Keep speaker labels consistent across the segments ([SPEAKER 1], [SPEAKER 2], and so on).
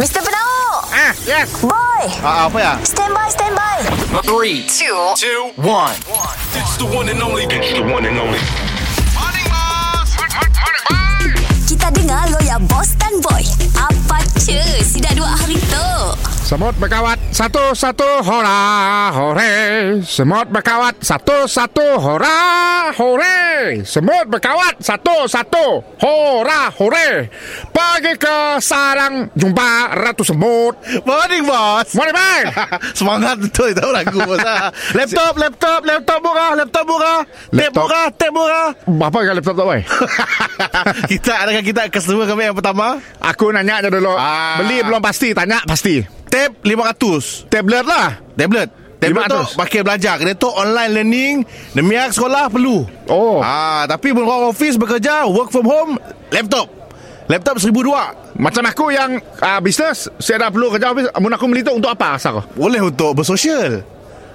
[SPEAKER 1] Mr. Penau
[SPEAKER 2] Ah, yes.
[SPEAKER 1] Boy
[SPEAKER 2] Ah, apa ya?
[SPEAKER 1] Stand by, stand by
[SPEAKER 3] Three,
[SPEAKER 1] Two
[SPEAKER 3] two, one.
[SPEAKER 4] It's the one and only. It's the one and only.
[SPEAKER 1] Kita dengar lo ya Boss dan Boy Apa cu Si dah dua hari tu
[SPEAKER 2] Semut berkawat satu-satu hora hore. Semut berkawat satu-satu hora hore. Semut berkawat satu-satu hora hore. Pergi ke sarang jumpa ratu semut.
[SPEAKER 5] Morning bos
[SPEAKER 2] Mari bang.
[SPEAKER 5] Semangat betul Tahu lagu bos ah. Laptop Laptop Laptop murah Laptop murah Tape
[SPEAKER 2] Laptop.
[SPEAKER 5] murah Tape murah
[SPEAKER 2] Apa yang laptop tak boy?
[SPEAKER 5] Kita adakah kita Customer kami yang pertama
[SPEAKER 2] Aku nanya je dulu.
[SPEAKER 5] Ah.
[SPEAKER 2] Beli belum pasti, tanya pasti.
[SPEAKER 5] Tape 500
[SPEAKER 2] Tablet lah.
[SPEAKER 5] Tablet Tablet tu
[SPEAKER 2] 500.
[SPEAKER 5] pakai belajar Kena tu online learning Demiak sekolah perlu
[SPEAKER 2] Oh.
[SPEAKER 5] Ah, Tapi orang office bekerja Work from home Laptop Laptop 1002
[SPEAKER 2] Macam aku yang uh, bisnes, saya dah perlu kerja office. Mun aku beli tu untuk apa asal kau?
[SPEAKER 5] Boleh untuk bersosial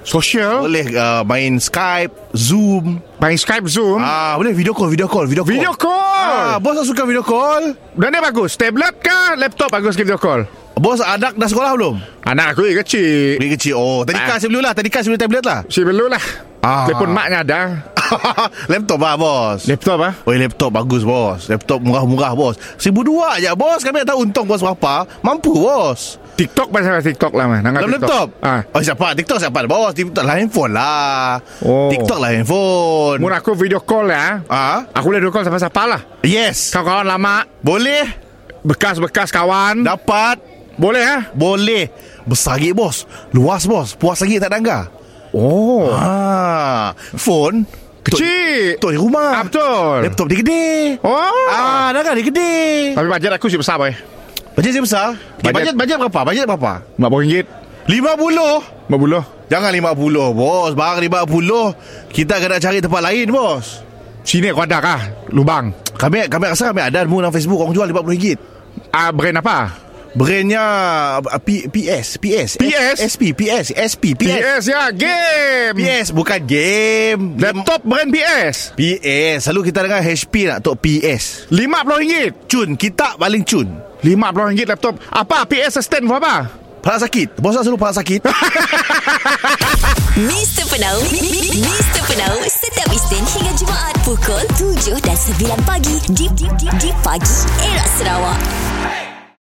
[SPEAKER 2] Social.
[SPEAKER 5] Boleh uh, main Skype Zoom
[SPEAKER 2] Main Skype, Zoom.
[SPEAKER 5] Ah, Boleh video call Video call Video call,
[SPEAKER 2] Video call.
[SPEAKER 5] Ah, Bos tak suka video call
[SPEAKER 2] Dan dia bagus Tablet ke laptop bagus video call
[SPEAKER 5] Bos anak dah sekolah belum?
[SPEAKER 2] Anak aku dia kecil
[SPEAKER 5] Beli kecil Oh tadi
[SPEAKER 2] Ah.
[SPEAKER 5] kas sebelum lah Tadi kas sebelum tablet lah
[SPEAKER 2] Si perlu lah
[SPEAKER 5] Ah.
[SPEAKER 2] Telepon maknya ada
[SPEAKER 5] Laptop lah bos
[SPEAKER 2] Laptop ah.
[SPEAKER 5] Oi laptop bagus bos Laptop murah-murah bos Seribu dua je bos Kami tak tahu untung bos berapa Mampu bos
[SPEAKER 2] TikTok pasal TikTok lah man Nangat
[SPEAKER 5] Dalam laptop
[SPEAKER 2] ah.
[SPEAKER 5] Oh siapa TikTok siapa bos TikTok lah handphone lah
[SPEAKER 2] Oh.
[SPEAKER 5] TikTok lah handphone
[SPEAKER 2] Mun aku video call lah
[SPEAKER 5] Ah,
[SPEAKER 2] Aku boleh video call siapa-siapa lah
[SPEAKER 5] Yes
[SPEAKER 2] Kawan-kawan lama
[SPEAKER 5] Boleh
[SPEAKER 2] Bekas-bekas kawan
[SPEAKER 5] Dapat
[SPEAKER 2] Boleh ah.
[SPEAKER 5] Boleh Besar lagi bos Luas bos Puas lagi tak danggar
[SPEAKER 2] Oh
[SPEAKER 5] Ah, Phone
[SPEAKER 2] Kecil
[SPEAKER 5] Laptop di rumah
[SPEAKER 2] Ah, betul.
[SPEAKER 5] Laptop dia gede
[SPEAKER 2] Oh
[SPEAKER 5] Ah, dah kan dia gede
[SPEAKER 2] Tapi bajet aku si besar boy
[SPEAKER 5] Bajet saya besar okay,
[SPEAKER 2] Bajet-
[SPEAKER 5] bajet, bajet berapa? Bajet berapa?
[SPEAKER 2] RM40
[SPEAKER 5] 50
[SPEAKER 2] RM50
[SPEAKER 5] Jangan 50 bos Barang 50 Kita kena cari tempat lain bos
[SPEAKER 2] Sini aku ada kah Lubang
[SPEAKER 5] Kami kami rasa kami ada Mu dalam Facebook Orang jual RM50
[SPEAKER 2] Ah, Brand apa
[SPEAKER 5] Brandnya uh, P, PS PS
[SPEAKER 2] PS?
[SPEAKER 5] SP PS SP PS
[SPEAKER 2] PS ya Game
[SPEAKER 5] PS Bukan game
[SPEAKER 2] Laptop brand PS
[SPEAKER 5] PS Selalu kita dengar HP nak Tok PS
[SPEAKER 2] RM50
[SPEAKER 5] Cun Kita paling cun
[SPEAKER 2] RM50 laptop Apa PS stand for apa?
[SPEAKER 5] Pahala sakit Bos nak selalu pahala sakit
[SPEAKER 1] Mr. Penau Mr. Penau Setiap Isnin hingga Jumaat Pukul 7 dan 9 pagi Di, di, di, di pagi Era Sarawak